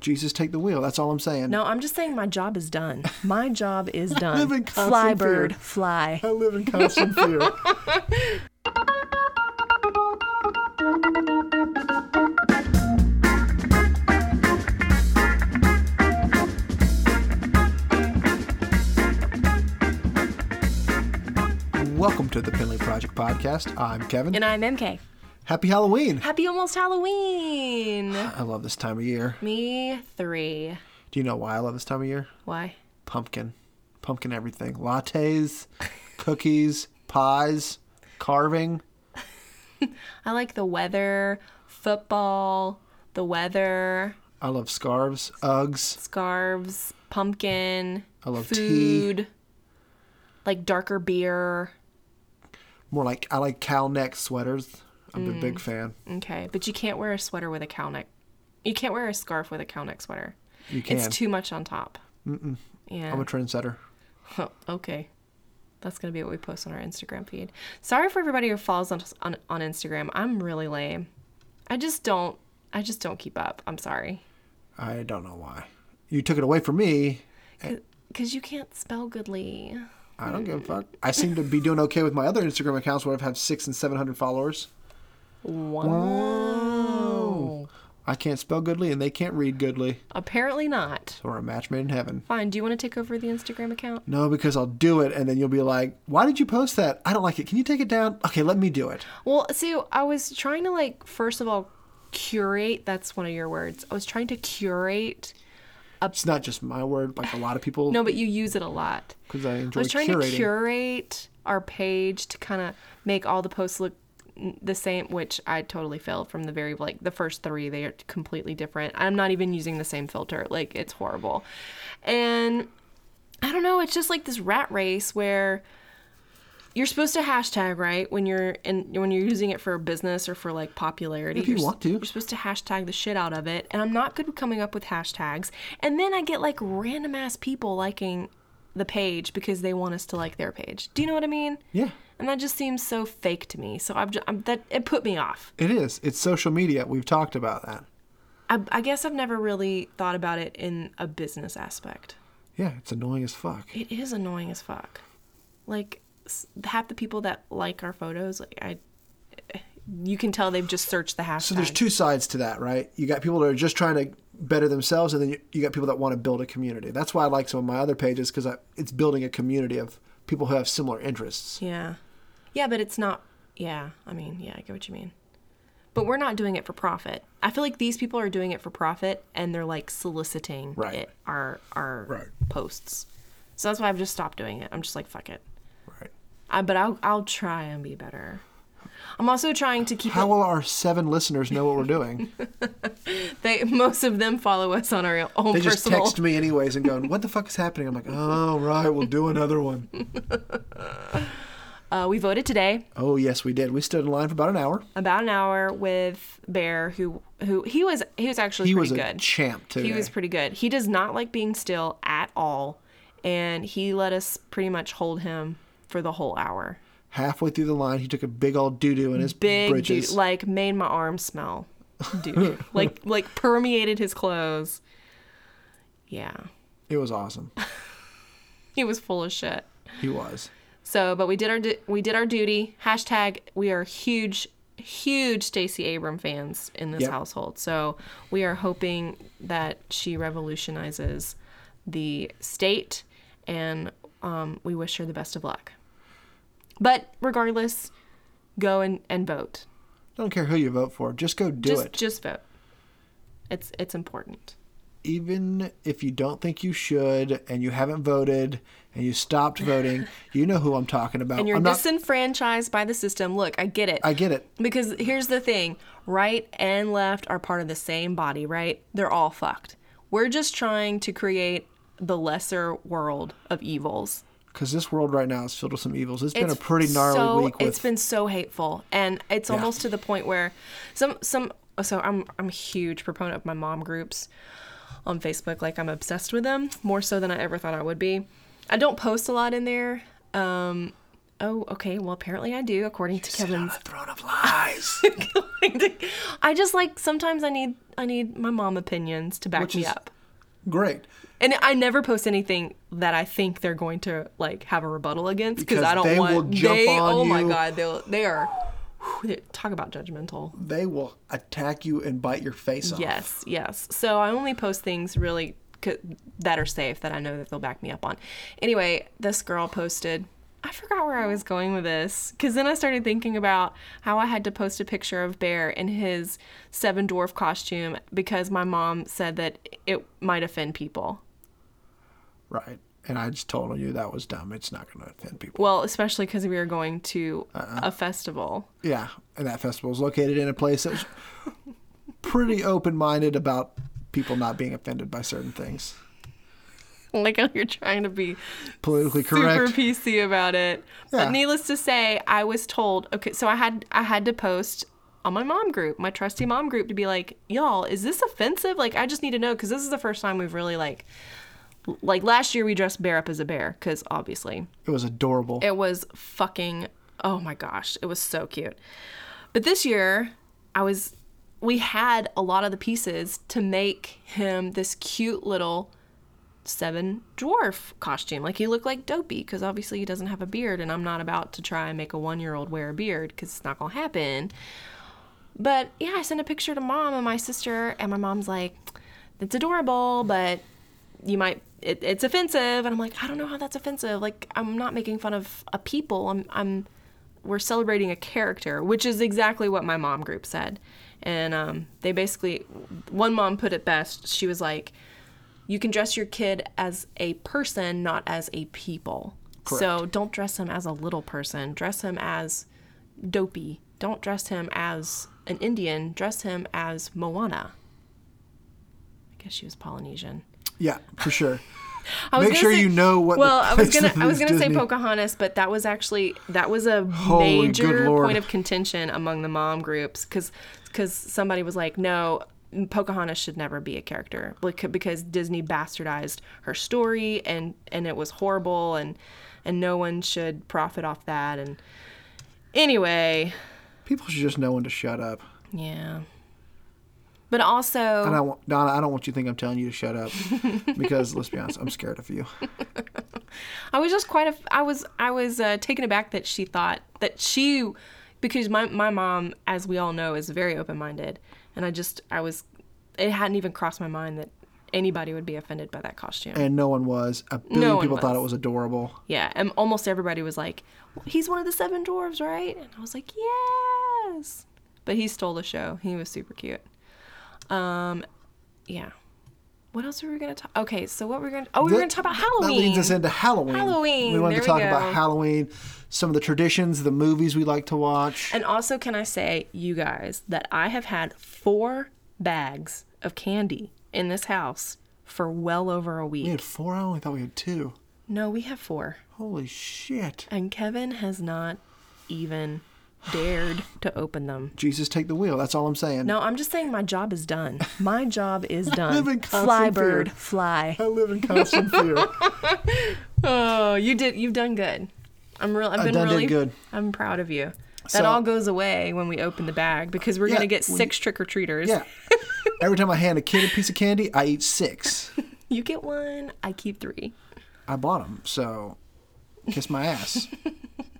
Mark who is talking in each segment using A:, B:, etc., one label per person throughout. A: Jesus, take the wheel. That's all I'm saying.
B: No, I'm just saying my job is done. My job is
A: I live in
B: done.
A: constant
B: Fly,
A: fear.
B: bird, fly.
A: I live in constant fear. Welcome to the Pinley Project Podcast. I'm Kevin.
B: And I'm MK.
A: Happy Halloween.
B: Happy almost Halloween.
A: I love this time of year.
B: Me three.
A: Do you know why I love this time of year?
B: Why?
A: Pumpkin. Pumpkin everything. Lattes, cookies, pies, carving.
B: I like the weather, football, the weather,
A: I love scarves, Uggs.
B: scarves, pumpkin,
A: I love tea.
B: food, like darker beer.
A: More like I like cow neck sweaters. I'm a
B: Mm.
A: big fan.
B: Okay, but you can't wear a sweater with a cow neck. You can't wear a scarf with a cow neck sweater.
A: You can.
B: It's too much on top. Mm-mm. Yeah.
A: I'm a trendsetter.
B: Oh, okay. That's going to be what we post on our Instagram feed. Sorry for everybody who follows on, on on Instagram. I'm really lame. I just don't I just don't keep up. I'm sorry.
A: I don't know why. You took it away from me.
B: Cuz you can't spell goodly.
A: I don't give a fuck. I seem to be doing okay with my other Instagram accounts where I've had six and seven hundred followers.
B: Wow.
A: I can't spell goodly and they can't read goodly.
B: Apparently not.
A: So we're a match made in heaven.
B: Fine, do you want to take over the Instagram account?
A: No, because I'll do it and then you'll be like, Why did you post that? I don't like it. Can you take it down? Okay, let me do it.
B: Well, see, I was trying to like first of all curate, that's one of your words. I was trying to curate.
A: It's not just my word, like a lot of people
B: No, but you use it a lot.
A: because I enjoy
B: I was trying
A: curating.
B: to curate our page to kind of make all the posts look n- the same, which I totally failed from the very like the first three. They are completely different. I'm not even using the same filter. Like it's horrible, and I don't know. It's just like this rat race where you're supposed to hashtag right when you're and when you're using it for business or for like popularity.
A: If you
B: You're s-
A: want to.
B: you're supposed to hashtag the shit out of it, and I'm not good with coming up with hashtags. And then I get like random ass people liking the page because they want us to like their page. Do you know what I mean?
A: Yeah.
B: And that just seems so fake to me. So I'm, just, I'm that it put me off.
A: It is. It's social media. We've talked about that.
B: I, I guess I've never really thought about it in a business aspect.
A: Yeah, it's annoying as fuck.
B: It is annoying as fuck. Like s- half the people that like our photos, like I, you can tell they've just searched the hashtag.
A: So there's two sides to that, right? You got people that are just trying to better themselves, and then you, you got people that want to build a community. That's why I like some of my other pages because it's building a community of people who have similar interests.
B: Yeah. Yeah, but it's not. Yeah, I mean, yeah, I get what you mean. But we're not doing it for profit. I feel like these people are doing it for profit and they're like soliciting
A: Right.
B: it, our our
A: Right.
B: posts. So that's why I've just stopped doing it. I'm just like fuck it.
A: Right.
B: I, but I'll I'll try and be better. I'm also trying to keep
A: How will our seven listeners know what we're doing?
B: it, they most of them follow us on our own
A: They just
B: personal
A: text me anyways and going, "What the fuck is happening?" I'm like, "Oh right, we'll do another one."
B: uh, we voted today
A: Oh yes, we did. We stood in line for about an hour.
B: about an hour with Bear who who he was he was actually
A: He was
B: pretty
A: a
B: good.
A: champ today.
B: He was pretty good. He does not like being still at all, and he let us pretty much hold him for the whole hour.
A: halfway through the line. He took a big old doo doo in his
B: Big
A: britches.
B: dude, like made my arm smell, dude. like like permeated his clothes. Yeah,
A: It was awesome.
B: he was full of shit.
A: He was.
B: So, but we did our du- we did our duty. Hashtag we are huge huge Stacey Abram fans in this
A: Yep.
B: household. So we are hoping that she revolutionizes the state, and um, we wish her the best of luck. But regardless, go and, and vote.
A: Don't care who you vote for. Just go do
B: just
A: it.
B: just vote. It's it's important.
A: even if you don't think you should and you haven't voted and you stopped voting, you know who I'm talking about.
B: And you're
A: Oh, I'm not,
B: disenfranchised by the system. Look, I get it.
A: I get it.
B: Because here's the thing right and left are part of the same body, right? They're all fucked. We're just trying to create the lesser world of evils.
A: Because this world right now is filled with some evils. it's been a
B: It's
A: pretty gnarly
B: so,
A: week
B: It's
A: with
B: been so hateful, and it's almost to the point where some some. So I'm I'm a huge proponent of my mom groups on Facebook. Like I'm obsessed with them more so than I ever thought I would be. I don't post a lot in there. Um, Oh, okay. Well, apparently I do, according to
A: Sit on
B: Kevin's.
A: a throne of lies.
B: I just like sometimes I need I need my mom opinions to back
A: Which
B: me
A: is-
B: up,
A: Great.
B: and I never post anything that I think they're going to like have a rebuttal against because
A: Because
B: I don't
A: they
B: want
A: will jump
B: they.
A: on
B: oh my
A: you.
B: god, they they are. whew, they- Talk about judgmental.
A: They will attack you and bite your face off.
B: Yes, yes. So I only post things really c- that are safe that I know that they'll back me up on. Anyway, this girl posted. I forgot where I was going with this because then I started thinking about how I had to post a picture of Bear in his seven dwarf costume because my mom said that it might offend people.
A: Right. And I just told you that was dumb. It's not going to offend people.
B: Well, especially because we were going to a festival.
A: Yeah, and that festival is located in a place that's pretty open-minded about people not being offended by certain things.
B: Like how you're trying to be
A: Politically correct.
B: super PC about it.
A: Yeah.
B: But needless to say, I was told okay, so I had I had to post on my mom group, my trusty mom group, to be like, y'all, is this offensive? Like, I just need to know because this is the first time we've really like, like last year we dressed bear up as a bear because obviously
A: It was adorable.
B: it was fucking oh my gosh, it was so cute. But this year, I was we had a lot of the pieces to make him this cute little seven dwarf costume. Like he looked like Dopey because obviously he doesn't have a beard, and I'm not about to try and make a one year old wear a beard because it's not gonna happen. But yeah, I sent a picture to mom and my sister, and my mom's like, "That's adorable, but you might." It, it's offensive, and I'm like, I don't know how that's offensive. Like, I'm not making fun of a people. I'm, I'm, we're celebrating a character, which is exactly what my mom group said. And um, they basically, one mom put it best. She was like, you can dress your kid as a person, not as a people. So don't dress him as a little person. Dress him as dopey. Don't dress him as an Indian. Dress him as Moana. I guess she was Polynesian.
A: yeah, for sure.
B: I was
A: Make
B: gonna
A: sure
B: say-
A: you know what the
B: Well, I was
A: place
B: gonna I
A: of
B: was gonna
A: Disney-
B: say Pocahontas, but that was actually that was a
A: Holy good
B: major
A: Lord.
B: point of contention among the mom groups because somebody was like, no, mm, Pocahontas should never be a character bec- because Disney bastardized her story and and it was horrible and and no one should profit off that and anyway,
A: People should just know when to shut up.
B: yeah. But also,
A: And I want Donna, I don't want you to think I'm telling you to shut up because let's be honest, I'm scared of you.
B: I was just quite a. I was I was uh, taken aback that she thought that she, because my my mom, as we all know, is very open minded, and I just I was, it hadn't even crossed my mind that anybody would be offended by that costume.
A: And no one was. A billion
B: one
A: people thought
B: was.
A: it was adorable.
B: yeah, and almost everybody was like, "He's one of the seven dwarves, right?" And I was like, "Yes," but he stole the show. He was super cute. Um, yeah. What else were we gonna talk? Okay, so what we're gonna oh we were
A: That-
B: gonna talk about
A: That
B: Halloween.
A: leads us into Halloween.
B: Halloween,
A: We wanted
B: there
A: to
B: we
A: talk about
B: go.
A: Halloween, some of the traditions, the movies we like to watch.
B: And also, can I say, you guys, that I have had four bags of candy in this house for well over a week.
A: we had four. I only thought we had two.
B: No, we have four.
A: Holy shit.
B: And Kevin has not even dared to open them.
A: Jesus, take the wheel. That's all I'm saying.
B: No, I'm just saying my job is done. My job is
A: live
B: done.
A: in constant
B: Fly
A: fear.
B: bird, fly.
A: I live in constant fear.
B: Oh, you did. You've done good. I'm real. I've been
A: done did
B: really
A: good.
B: I'm proud of you. That
A: So-
B: all goes away when we open the bag because we're
A: Yeah,
B: gonna get
A: we-
B: six trick or treaters.
A: Yeah. Every time I hand a kid a piece of candy, I eat six.
B: You get one. I keep three.
A: I bought them, so kiss my ass.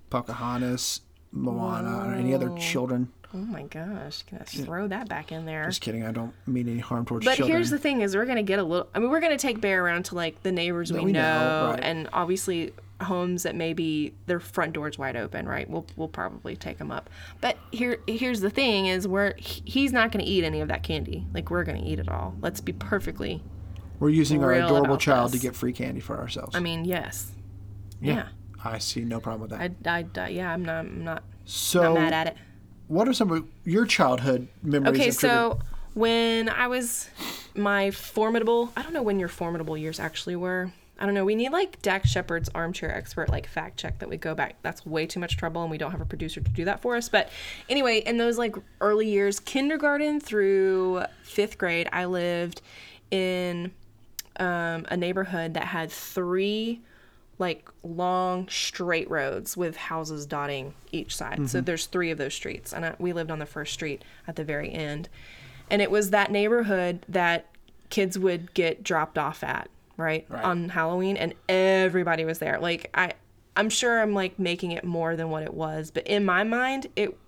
A: Pocahontas, Moana, or any other children.
B: Oh my gosh, can I throw that back in there?
A: Just kidding. I don't mean any harm towards
B: But
A: children.
B: here's the thing is we're going to get a little I mean we're going to take Bear around to like the neighbors we,
A: we know,
B: know,
A: right.
B: and obviously homes that maybe their front doors wide open, right? We'll we'll probably take him up. But here here's the thing is we're he- he's not going to eat any of that candy. Like we're going to eat it all. Let's be perfectly.
A: We're using our
B: real
A: adorable
B: about
A: child
B: this.
A: to get free candy for ourselves.
B: I mean, yes. yeah.
A: I see no problem with that.
B: I, I, I yeah, I'm not I'm not
A: so,
B: mad at it.
A: what are some of your childhood memories?
B: Okay,
A: of trick or-
B: so when I was my formidable, I don't know when your formidable years actually were. I don't know. We need like Dak Shepard's armchair expert like fact check that we go back. That's way too much trouble, and we don't have a producer to do that for us. But anyway, in those like early years, kindergarten through fifth grade, I lived in um, a neighborhood that had three like long straight roads with houses dotting each side. So there's three of those streets, and I, we lived on the first street at the very end, and it was that neighborhood that kids would get dropped off at, right,
A: Right.
B: on Halloween, and everybody was there. Like I, I'm sure I'm like making it more than what it was, but in my mind, it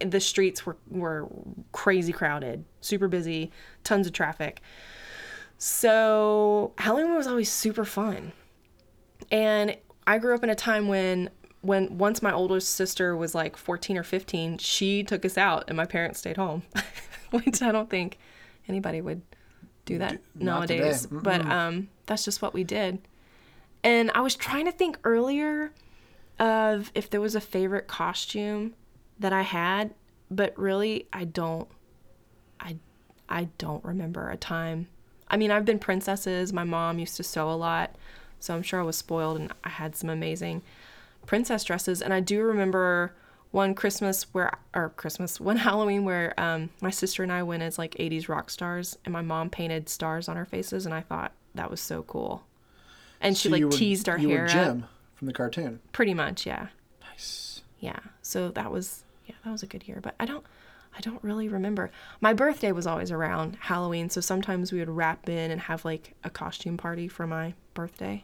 B: the streets were were crazy crowded, super busy, tons of traffic. So Halloween was always super fun. And I grew up in a time when when once my oldest sister was like 14 or 15, she took us out and my parents stayed home, which I don't think anybody would do that
A: not today.
B: nowadays. But um, that's just what we did. And I was trying to think earlier of if there was a favorite costume that I had, but really I don't I I don't remember a time. I mean, I've been princesses. My mom used to sew a lot, so I'm sure I was spoiled and I had some amazing princess dresses. And I do remember one Christmas where or Christmas, one Halloween where um, my sister and I went as like 80s rock stars and my mom painted stars on our faces and I thought that was so cool. And she
A: So
B: like
A: you were-
B: teased our
A: you
B: hair
A: were
B: up.
A: Jim from the cartoon.
B: pretty much, yeah.
A: Nice.
B: Yeah. So that was yeah, that was a good year, but I don't I don't really remember. My birthday was always around Halloween, so sometimes we would wrap in and have like a costume party for my birthday.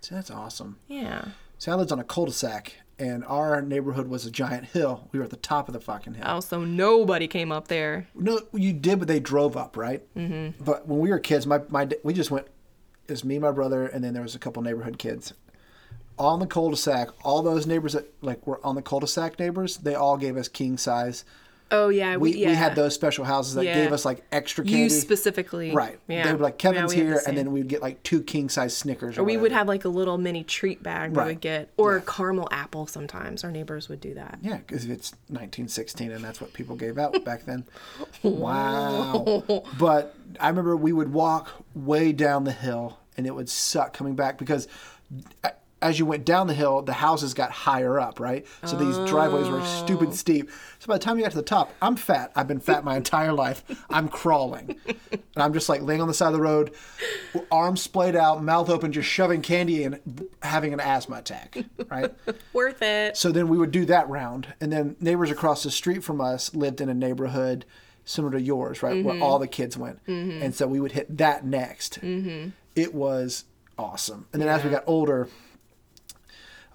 A: See, that's awesome.
B: Yeah.
A: So I lived on a cul-de-sac, and our neighborhood was a giant hill. We were at the top of the fucking hill.
B: Also, nobody came up there.
A: No, you did, but they drove up, right? Mm-hmm. But when we were kids, my my da- we just went. It's me, my brother, and then there was a couple neighborhood kids. On the cul-de-sac, all those neighbors that like were on the cul-de-sac neighbors, they all gave us king size.
B: Oh yeah,
A: We, we had those special houses that
B: Yeah.
A: gave us like extra candy.
B: You specifically.
A: right?
B: Yeah.
A: They would be like
B: Yeah,
A: Kevin's
B: we had the
A: here,
B: same.
A: and then we'd get like two king size Snickers. Or
B: Or we
A: whatever.
B: would have like a little mini treat bag
A: Right.
B: we would get, or a caramel apple. Sometimes our neighbors would do that.
A: Yeah, because it's 1916 and that's what people gave out back then. wow. But I remember we would walk way down the hill and it would suck coming back because a- as you went down the hill, the houses got higher up, right? So these driveways were stupid steep. So by the time you got to the top, I'm fat. I've been fat my entire life. I'm crawling. And I'm just like laying on the side of the road, arms splayed out, mouth open, just shoving candy and having an asthma attack, right?
B: Worth it.
A: So then we would do that round, and then neighbors across the street from us lived in a neighborhood similar to yours, right, where all the kids went, and so we would hit that next. Mm-hmm. It was awesome, and then as we got older,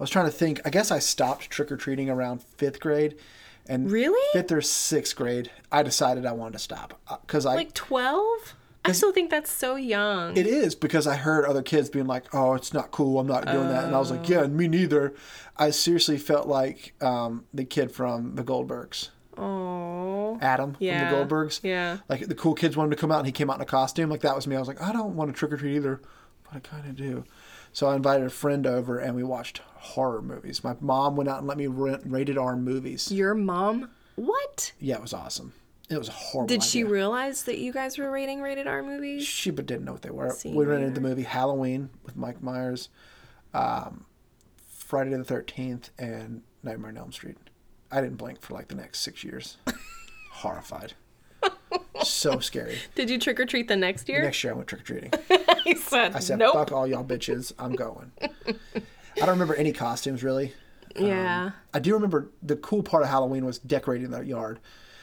A: I was trying to think. I guess I stopped trick or treating around fifth grade, and
B: Really?
A: fifth or sixth grade, I decided I wanted to stop because I
B: Like twelve. I still think that's so young.
A: it is because I heard other kids being like, "Oh, it's not cool. I'm not doing that," and I was like, "Yeah, me neither." I seriously felt like um, the kid from the Goldbergs,
B: Oh.
A: Adam
B: Yeah.
A: from the Goldbergs.
B: Yeah.
A: Like the cool kids wanted to come out, and he came out in a costume. Like that was me. I was like, I don't want to trick or treat either, but I kind of do. So I invited a friend over, and we watched horror movies. My mom went out and let me rent rated R movies.
B: Your mom? What?
A: Yeah, it was awesome. It was a horrible.
B: Did she
A: idea.
B: realize that you guys were rating rated R movies?
A: She but didn't know what they were.
B: See,
A: we rented the movie Halloween with Mike Myers, um, Friday the Thirteenth, and Nightmare on Elm Street. I didn't blink for like the next six years. Horrified. So scary.
B: Did you trick or treat the next year?
A: Next year I went trick or treating.
B: he said,
A: I said,
B: nope.
A: "Fuck all y'all bitches, I'm going." I don't remember any costumes really.
B: yeah.
A: I do remember the cool part of Halloween was decorating the yard.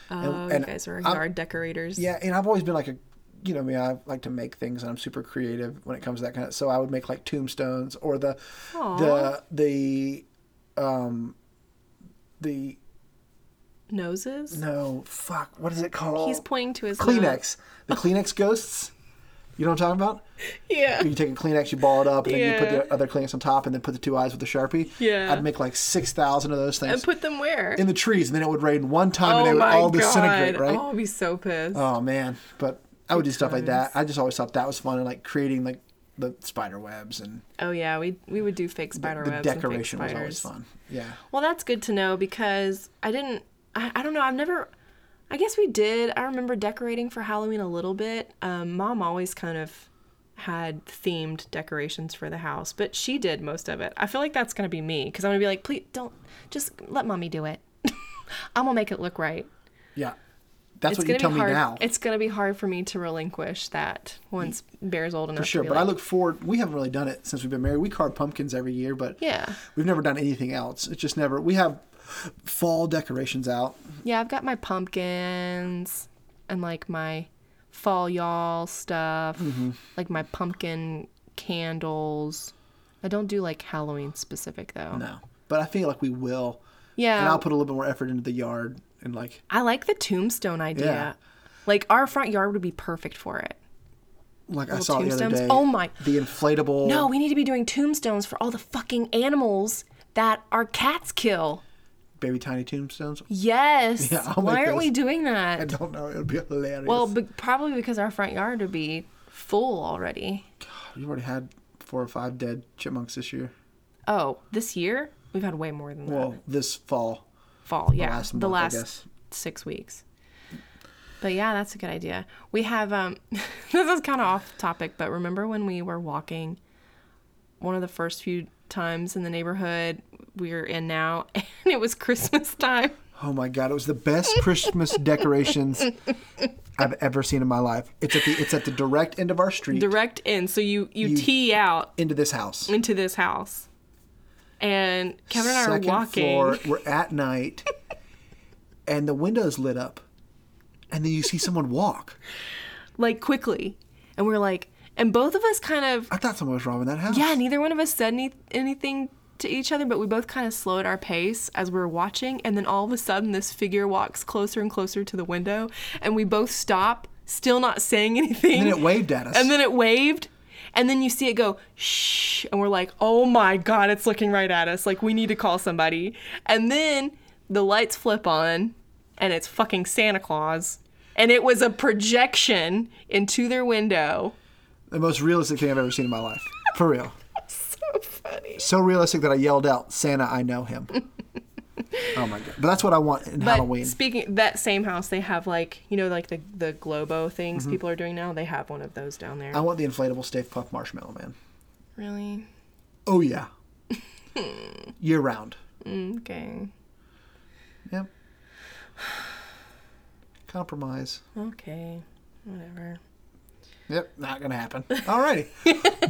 A: And,
B: oh,
A: and
B: you guys were
A: I'm-
B: yard decorators.
A: yeah, and I've always been like a, you know, me. I like to make things, and I'm super creative when it comes to that kind of. So I would make like tombstones or the,
B: Aw.
A: the the, um, the
B: Noses?
A: no fuck. What is it called?
B: He's pointing to his nose.
A: Kleenex. The Kleenex ghosts. You know what I'm talking about?
B: Yeah.
A: You take a Kleenex, you ball it up, and then you
B: Yeah.
A: put the other Kleenex on top, and then put the two eyes with the sharpie.
B: Yeah.
A: I'd make like six thousand of those
B: And
A: things
B: put them where?
A: in the trees, and then it would rain one time,
B: oh
A: and they would
B: my
A: all
B: god.
A: disintegrate, right?
B: Oh, I'd be so pissed.
A: Oh man, but I would do stuff like that. I just always thought that was fun, and like creating like the spider webs and
B: oh yeah, we we would do fake spider
A: the
B: webs.
A: decoration
B: and
A: was
B: fake
A: always
B: spiders.
A: fun. Yeah,
B: Well, that's good to know because I didn't. I, I don't know. I've never. I guess we did. I remember decorating for Halloween a little bit. Um, Mom always kind of had themed decorations for the house, but she did most of it. I feel like that's gonna be me because I'm gonna be like, please don't just let mommy do it. I'm gonna make it look right.
A: yeah. That's what you tell
B: be
A: me
B: hard.
A: now.
B: It's gonna be hard for me to relinquish that once Bear's old enough.
A: For sure,
B: to be
A: but I
B: like,
A: look forward. We haven't really done it since we've been married. We carve pumpkins every year, but
B: Yeah.
A: we've never done anything else. It's just never. We have fall decorations out.
B: Yeah, I've got my pumpkins and like my fall y'all stuff,
A: Mm-hmm.
B: like my pumpkin candles. I don't do like Halloween specific though.
A: No, but I feel like we will. and
B: Yeah,
A: I'll put a little bit more effort into the yard and like
B: I like the tombstone idea.
A: Yeah.
B: Like our front yard would be perfect for it.
A: like I saw the other
B: tombstones.
A: day.
B: Oh my-
A: The inflatable.
B: No, we need to be doing tombstones for all the fucking animals that our cats kill.
A: baby tiny tombstones.
B: Yes.
A: Yeah, I'll
B: Why
A: make
B: aren't we
A: those.
B: doing
A: I
B: that?
A: don't know. It'll be hilarious.
B: Well, be- probably because our front yard would be full already.
A: we've already had four or five dead chipmunks this year.
B: Oh, this year we've had way more than that.
A: Well, this fall.
B: Fall, yeah,
A: last
B: the
A: month, I
B: last
A: guess.
B: six weeks. But yeah, that's a good idea. We have um, this is kind of off topic, but remember when we were walking, one of the first few times in the neighborhood we're in now, and it was Christmas time.
A: Oh my god, it was the best Christmas decorations I've ever seen in my life. It's at the it's at the direct end of our street
B: Direct in, so you you, tee out
A: into this house.
B: into this house, and Kevin and I
A: Second
B: are walking.
A: floor, we're at night and the windows lit up. And then you see someone walk.
B: like quickly and we're like and both of us kind of
A: I thought someone was robbing that house.
B: yeah neither one of us said any, anything to each other but we both kind of slowed our pace as we were watching and then all of a sudden this figure walks closer and closer to the window and we both stop still not saying anything
A: And then it waved at us.
B: and then it waved and then you see it go shh and we're like oh my god it's looking right at us like we need to call somebody and then the lights flip on and it's fucking santa claus and it was a projection into their window
A: the most realistic thing I've ever seen in my life. For real.
B: so funny
A: So realistic that I yelled out, Santa, I know him. oh my god. But that's what I want in
B: but
A: Halloween.
B: speaking that same house they have like you know like the the globo things
A: Mm-hmm.
B: people are doing now they have one of those down there
A: I want the inflatable Stave Puff Marshmallow Man.
B: really
A: Oh yeah. Year round.
B: okay
A: Yep. Compromise.
B: okay whatever
A: Yep, not gonna happen. Alrighty.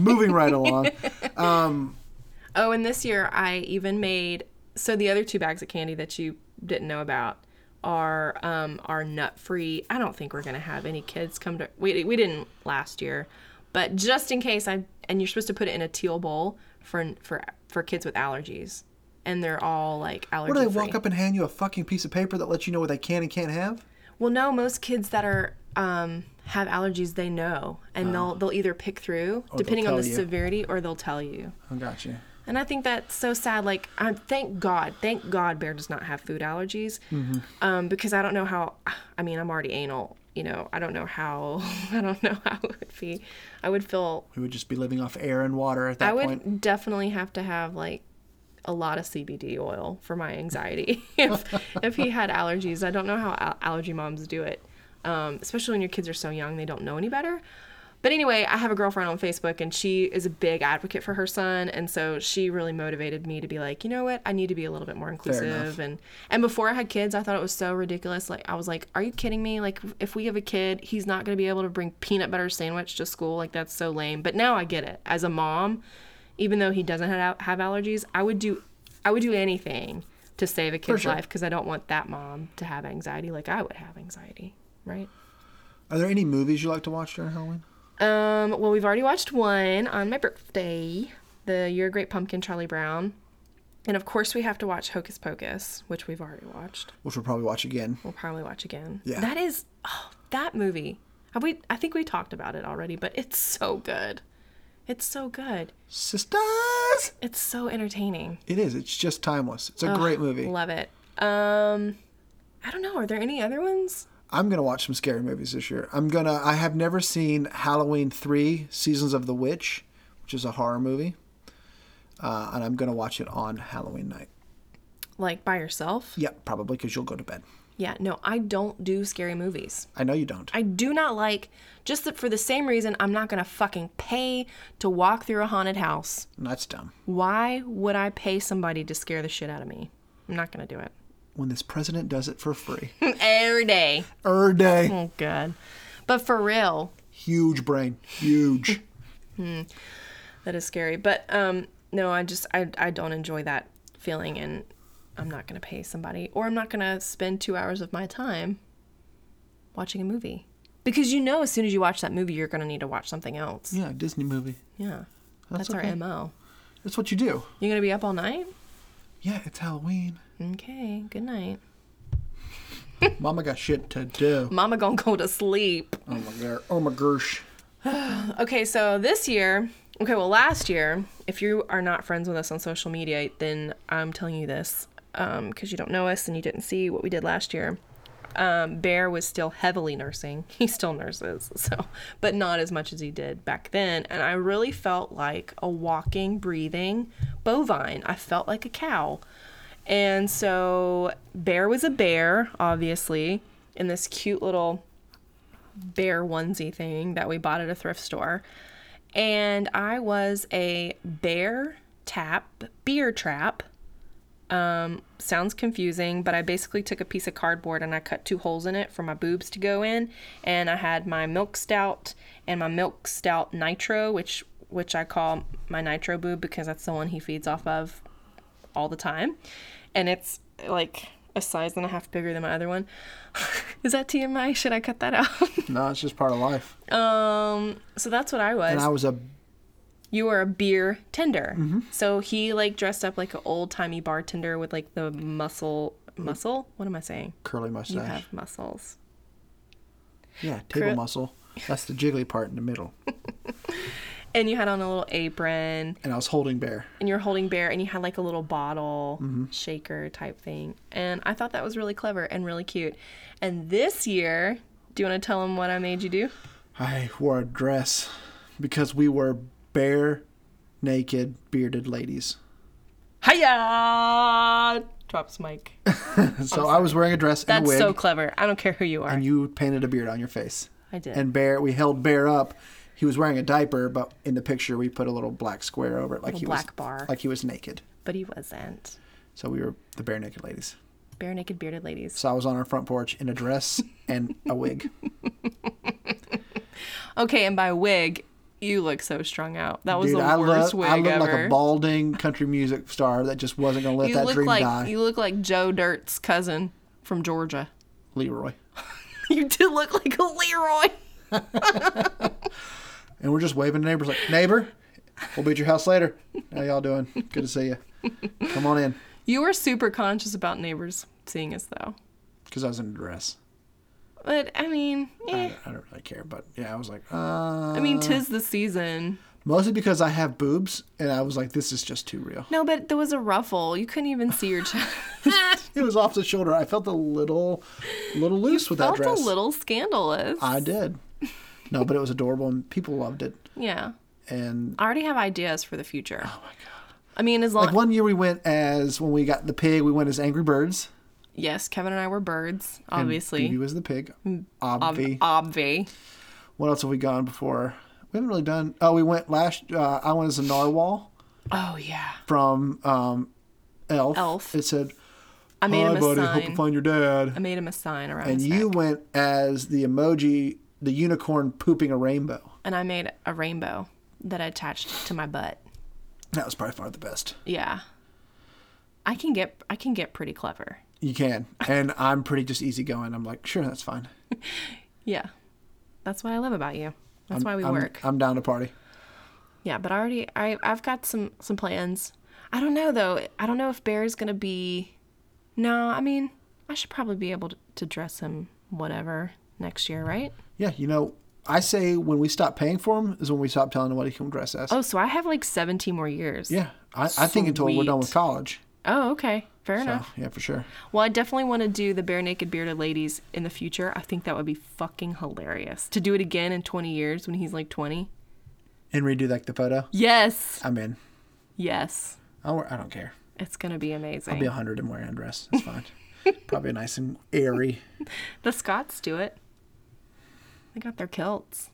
A: Moving right along.
B: Oh, and this year I even made so the other two bags of candy that you didn't know about are um are nut free. I don't think we're gonna have any kids come to we we didn't last year, but just in case I and you're supposed to put it in a teal bowl for for for kids with allergies, and they're all like allergy
A: What do they
B: free.
A: walk up and hand you a fucking piece of paper that lets you know what they can and can't have?
B: Well, no, most kids that are um, have allergies, they know, and they'll they'll either pick through
A: Oh. they'll
B: depending on
A: tell
B: the
A: you.
B: severity, or they'll tell you.
A: I got you.
B: And I think that's so sad. Like, I thank God, thank God, Bear does not have food allergies,
A: Mm-hmm.
B: um, because I don't know how. I mean, I'm already anal. You know, I don't know how. I don't know how it would be. I would feel.
A: We would just be living off air and water at that
B: I would
A: point.
B: definitely have to have like a lot of CBD oil for my anxiety if if he had allergies. I don't know how al- allergy moms do it, um, especially when your kids are so young they don't know any better. But anyway, I have a girlfriend on Facebook and she is a big advocate for her son, and so she really motivated me to be like, you know what, I need to be a little bit more inclusive. And and before I had kids, I thought it was so ridiculous. Like I was like, are you kidding me? Like if we have a kid, he's not gonna be able to bring peanut butter sandwich to school. Like that's so lame. But now I get it. As a mom, even though he doesn't have, have allergies, I would do I would do anything to save a kid's
A: sure.
B: life because I don't want that mom to have anxiety like I would have anxiety, right?
A: Are there any movies you like to watch during Halloween?
B: Um, well, we've already watched one on my birthday, the You're a Great Pumpkin, Charlie Brown, and of course we have to watch Hocus Pocus, which we've already watched.
A: Which we'll probably watch again.
B: We'll probably watch again.
A: Yeah.
B: that is oh, that movie. Have we? I think we talked about it already, but it's so good. It's so good.
A: Sisters!
B: It's so entertaining.
A: It is. It's just timeless. It's a great movie.
B: Love it. Um, I don't know. Are there any other ones?
A: I'm gonna watch some scary movies this year. I'm gonna. I have never seen Halloween three: Seasons of the Witch, which is a horror movie, uh, and I'm gonna watch it on Halloween night.
B: Like by yourself?
A: Yep, probably because you'll go to bed.
B: Yeah. No, I don't do scary movies.
A: I know you don't.
B: I do not like just that for the same reason I'm not gonna fucking pay to walk through a haunted house.
A: And That's dumb.
B: Why would I pay somebody to scare the shit out of me? I'm not gonna do it.
A: when this president does it for free.
B: Every day.
A: Er day.
B: Oh, God. But for real,
A: Huge brain. Huge.
B: that is scary. But um, no, I just, I, I don't enjoy that feeling, and I'm not going to pay somebody, or I'm not going to spend two hours of my time watching a movie. Because you know, as soon as you watch that movie, you're going to need to watch something else.
A: Yeah, Disney movie.
B: Yeah. That's,
A: That's
B: our
A: okay.
B: MO.
A: That's what you do.
B: You're going to be up all night?
A: Yeah, it's Halloween.
B: Okay. Good night.
A: Mama got shit to do.
B: Mama going to go to sleep.
A: Oh my god. Oh my gosh.
B: Okay, so this year, okay, well, last year, if you are not friends with us on social media, then I'm telling you this because you don't know us and you didn't see what we did last year. Um, Bear was still heavily nursing. He still nurses, so, but not as much as he did back then. And I really felt like a walking, breathing bovine. I felt like a cow. And so, Bear was a bear, obviously, in this cute little bear onesie thing that we bought at a thrift store. And I was a bear tap, beer trap. Um, sounds confusing, but I basically took a piece of cardboard and I cut two holes in it for my boobs to go in. And I had my milk stout and my milk stout nitro, which which I call my nitro boob because that's the one he feeds off of all the time. And it's like a size and a half bigger than my other one. Is that TMI? Should I cut that out?
A: No, it's just part of life.
B: Um, so that's what I was.
A: And I Mm-hmm. was a
B: you were a beer tender. So he like dressed up like an old timey bartender with like the muscle muscle. What am I saying?
A: curly
B: You
A: mustache.
B: have muscles.
A: Yeah, table
B: Cur-
A: muscle. That's the jiggly part in the middle.
B: And you had on a little apron,
A: And I was holding bear.
B: and you're holding beer, and you had like a little bottle
A: Mm-hmm.
B: shaker type thing. And I thought that was really clever and really cute. And this year, do you want to tell him what I made you do?
A: I wore a dress because we were bare, naked, bearded ladies.
B: Hiya! Drops mic.
A: So I was wearing a dress and a
B: That's
A: wig,
B: so clever. I don't care who you are.
A: and you painted a beard on your face.
B: I did.
A: And bear, we held bear up. He was wearing a diaper, but in the picture we put a little black square over it, like
B: Little
A: he was
B: black bar.
A: like he was naked.
B: but he wasn't.
A: So we were the bare naked ladies.
B: Bare naked bearded ladies.
A: So I was on our front porch in a dress and a wig.
B: Okay, and by wig, you look so strung out. That was
A: Dude,
B: the
A: I
B: worst
A: look,
B: wig
A: I look
B: ever.
A: like a balding country music star that just wasn't gonna let
B: you
A: that
B: look
A: dream
B: like
A: die.
B: you look like Joe Dirt's cousin from Georgia.
A: Leroy.
B: You do look like a Leroy.
A: And we're just waving to neighbors like, neighbor, we'll be at your house later. How y'all doing? Good to see you. Come on in.
B: You were super conscious about neighbors seeing us though.
A: Because I was in a dress.
B: But I mean, eh.
A: I don't, I don't really care, but yeah, I was like, uh.
B: I mean, tis the season.
A: Mostly because I have boobs, and I was like, this is just too real.
B: No, but there was a ruffle. You couldn't even see your chest.
A: It was off the shoulder. I felt a little, little loose with that
B: Felt a
A: dress.
B: little scandalous.
A: I did. No, but it was adorable, and people loved it.
B: yeah,
A: And
B: I already have ideas for the future. Oh my god. I mean, as long
A: like one year we went as, when we got the pig, we went as Angry Birds.
B: yes, Kevin and I were birds,
A: and
B: obviously.
A: Bebe was the pig.
B: Ob-
A: Obvi.
B: Mm. obvi.
A: What else have we gone before? We haven't really done. Oh, we went last. Uh, I went as a narwhal
B: Oh yeah.
A: from um, Elf.
B: Elf.
A: It said,
B: I made
A: "Hi,
B: him a
A: buddy.
B: sign.
A: Hope you find your dad."
B: I made him a sign around
A: And
B: his
A: you
B: neck.
A: went as the emoji, the unicorn pooping a rainbow.
B: And I made a rainbow that I attached to my butt.
A: That was probably far the best.
B: Yeah. I can get I can get pretty clever.
A: You can, and I'm pretty just easygoing. I'm like, sure, that's fine.
B: Yeah. That's what I love about you. That's why we
A: I'm,
B: work.
A: I'm down to party.
B: yeah, but I already I I've got some some plans. I don't know though. I don't know if Bear's going to be No, I mean, I should probably be able to, to dress him whatever next year, right?
A: Yeah, you know, I say when we stop paying for him is when we stop telling him what he can dress as.
B: Oh, so I have like 17 more years.
A: Yeah, I, I think until we're done with
B: Sweet.
A: college.
B: Oh, okay. Fair
A: So,
B: enough.
A: yeah, for sure.
B: Well, I definitely want to do the bare naked bearded ladies in the future. I think that would be fucking hilarious to do it again in 20 years when he's like 20.
A: And redo like the photo.
B: Yes,
A: I'm in.
B: yes,
A: I wear, I don't care.
B: it's gonna be amazing.
A: I'll be 100 and wearing a dress. That's fine. Probably nice and airy.
B: the Scots do it. They got their kilts.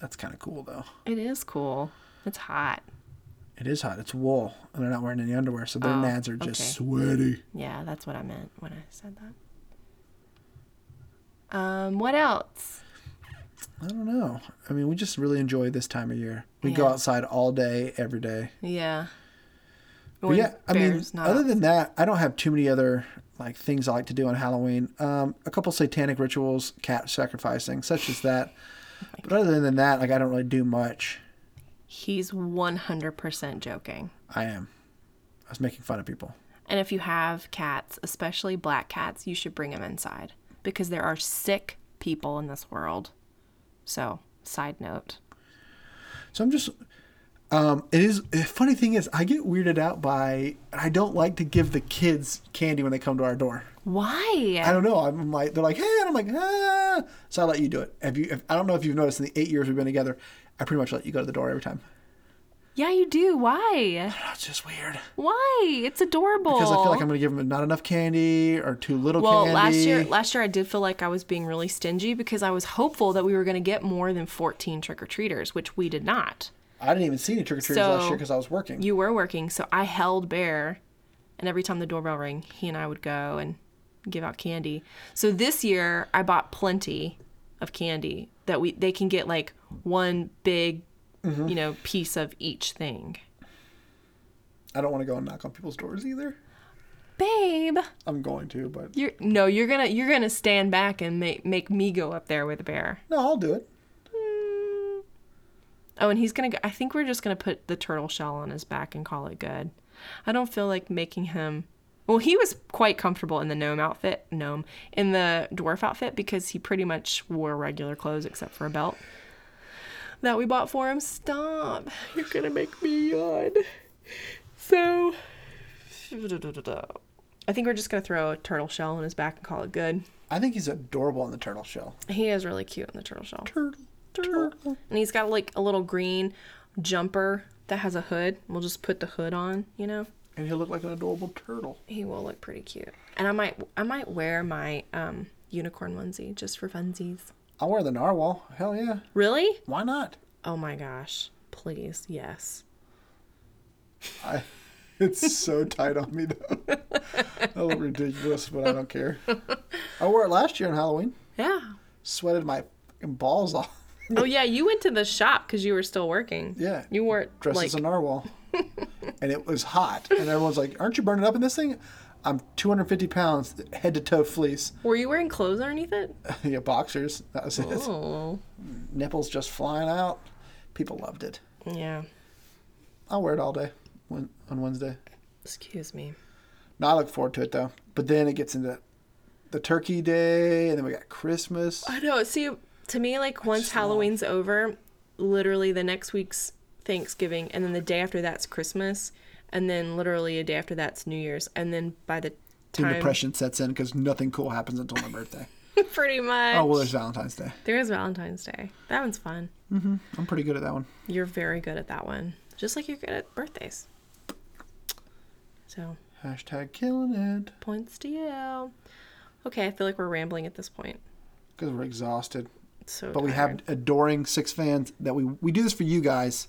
A: That's kind of cool though.
B: It is cool. It's hot.
A: It is hot. It's wool, and they're not wearing any underwear, so their
B: Oh,
A: nads are just
B: okay.
A: sweaty.
B: Yeah, that's what I meant when I said that. Um, what else?
A: I don't know. I mean, we just really enjoy this time of year. We go
B: Yeah.
A: outside all day, every day.
B: Yeah.
A: But yeah, I mean, other than that, I don't have too many other like things I like to do on Halloween. Um, a couple satanic rituals, cat sacrificing, such as that. But other than that, like I don't really do much.
B: he's 100% joking.
A: I am. I was making fun of people.
B: And if you have cats, especially black cats, you should bring them inside because there are sick people in this world. So, side note.
A: So I'm just. Um, it is the funny thing is I get weirded out by and I don't like to give the kids candy when they come to our door.
B: Why?
A: I don't know. I'm like they're like hey, and I'm like ah. So I let you do it. Have you? If, I don't know if you've noticed in the eight years we've been together, I pretty much let you go to the door every time.
B: yeah, you do. Why?
A: That's just weird.
B: Why? It's adorable.
A: Because I feel like I'm going to give them not enough candy or too little
B: well,
A: candy.
B: last year, last year I did feel like I was being really stingy because I was hopeful that we were going to get more than 14 trick or treaters, which we did not.
A: I didn't even see any trick or treaters
B: So-
A: last year because I was working.
B: You were working, so I held bear, and every time the doorbell rang, he and I would go and give out candy. So this year, I bought plenty of candy that we they can get like one big, you know, piece of each thing.
A: I don't want to go and knock on people's doors either.
B: Babe,
A: I'm going to, but
B: you're no, you're gonna you're gonna stand back and make make me go up there with bear.
A: no, I'll do it.
B: Oh, and he's gonna. Go, I think we're just gonna put the turtle shell on his back and call it good. I don't feel like making him. Well, he was quite comfortable in the gnome outfit, gnome in the dwarf outfit because he pretty much wore regular clothes except for a belt that we bought for him. Stop! You're gonna make me yawn. So, I think we're just gonna throw a turtle shell on his back and call it good.
A: I think he's adorable on the turtle shell.
B: He is really cute in the turtle shell.
A: Turtle, turtle.
B: And he's got like a little green jumper that has a hood. We'll just put the hood on, you know.
A: And he'll look like an adorable turtle.
B: He will look pretty cute. And I might I might wear my um unicorn onesie just for funsies.
A: I'll wear the narwhal. Hell yeah.
B: Really?
A: Why not?
B: Oh my gosh. Please. Yes.
A: I, it's so tight on me, though. I look ridiculous, but I don't care. I wore it last year on Halloween.
B: Yeah.
A: Sweated my fucking balls off.
B: Oh yeah, you went to the shop cuz you were still working.
A: Yeah.
B: You were
A: dressed
B: like
A: as a narwhal. and it was hot. And everyone's like, Aren't you burning up in this thing? I'm 250 pounds, head to toe fleece.
B: Were you wearing clothes underneath it?
A: yeah, boxers. That was it.
B: Oh.
A: Nipples just flying out. People loved it.
B: Yeah.
A: I'll wear it all day when, on Wednesday.
B: Excuse me.
A: No, I look forward to it, though. But then it gets into the turkey day, and then we got Christmas.
B: I know. See, to me, like once
A: love-
B: Halloween's over, literally the next week's Thanksgiving, and then the day after that's Christmas, and then literally a day after that's New Year's, and then by the
A: Teen
B: time,
A: depression sets in because nothing cool happens until my birthday.
B: pretty much.
A: Oh, well, there's Valentine's Day.
B: there is Valentine's Day. That one's fun.
A: I'm pretty good at that one.
B: You're very good at that one, just like you're good at birthdays. So
A: Hashtag killing it
B: points to you. Okay, I feel like we're rambling at this point.
A: because we're exhausted.
B: It's So,
A: But we have
B: tired.
A: adoring six fans that we we do this for you guys.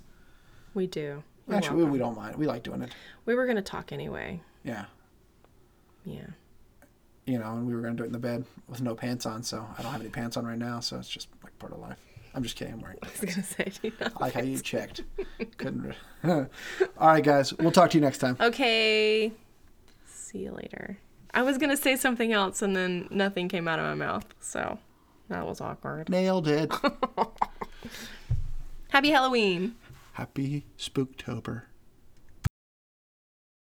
B: we do. You're
A: Actually, we,
B: welcome.
A: we don't mind. We like doing it.
B: we were gonna talk anyway.
A: Yeah,
B: Yeah.
A: you know, and we were gonna do it in the bed with no pants on, so I don't have any pants on right now, so it's just like part of life. I'm just kidding. I'm wearing.
B: I was gonna say. You know.
A: I like how you checked. Couldn't. Re- All right, guys. We'll talk to you next time.
B: Okay. See you later. I was going to say something else and then nothing came out of my mouth. So that was awkward.
A: Nailed it.
B: Happy Halloween.
A: Happy Spooktober.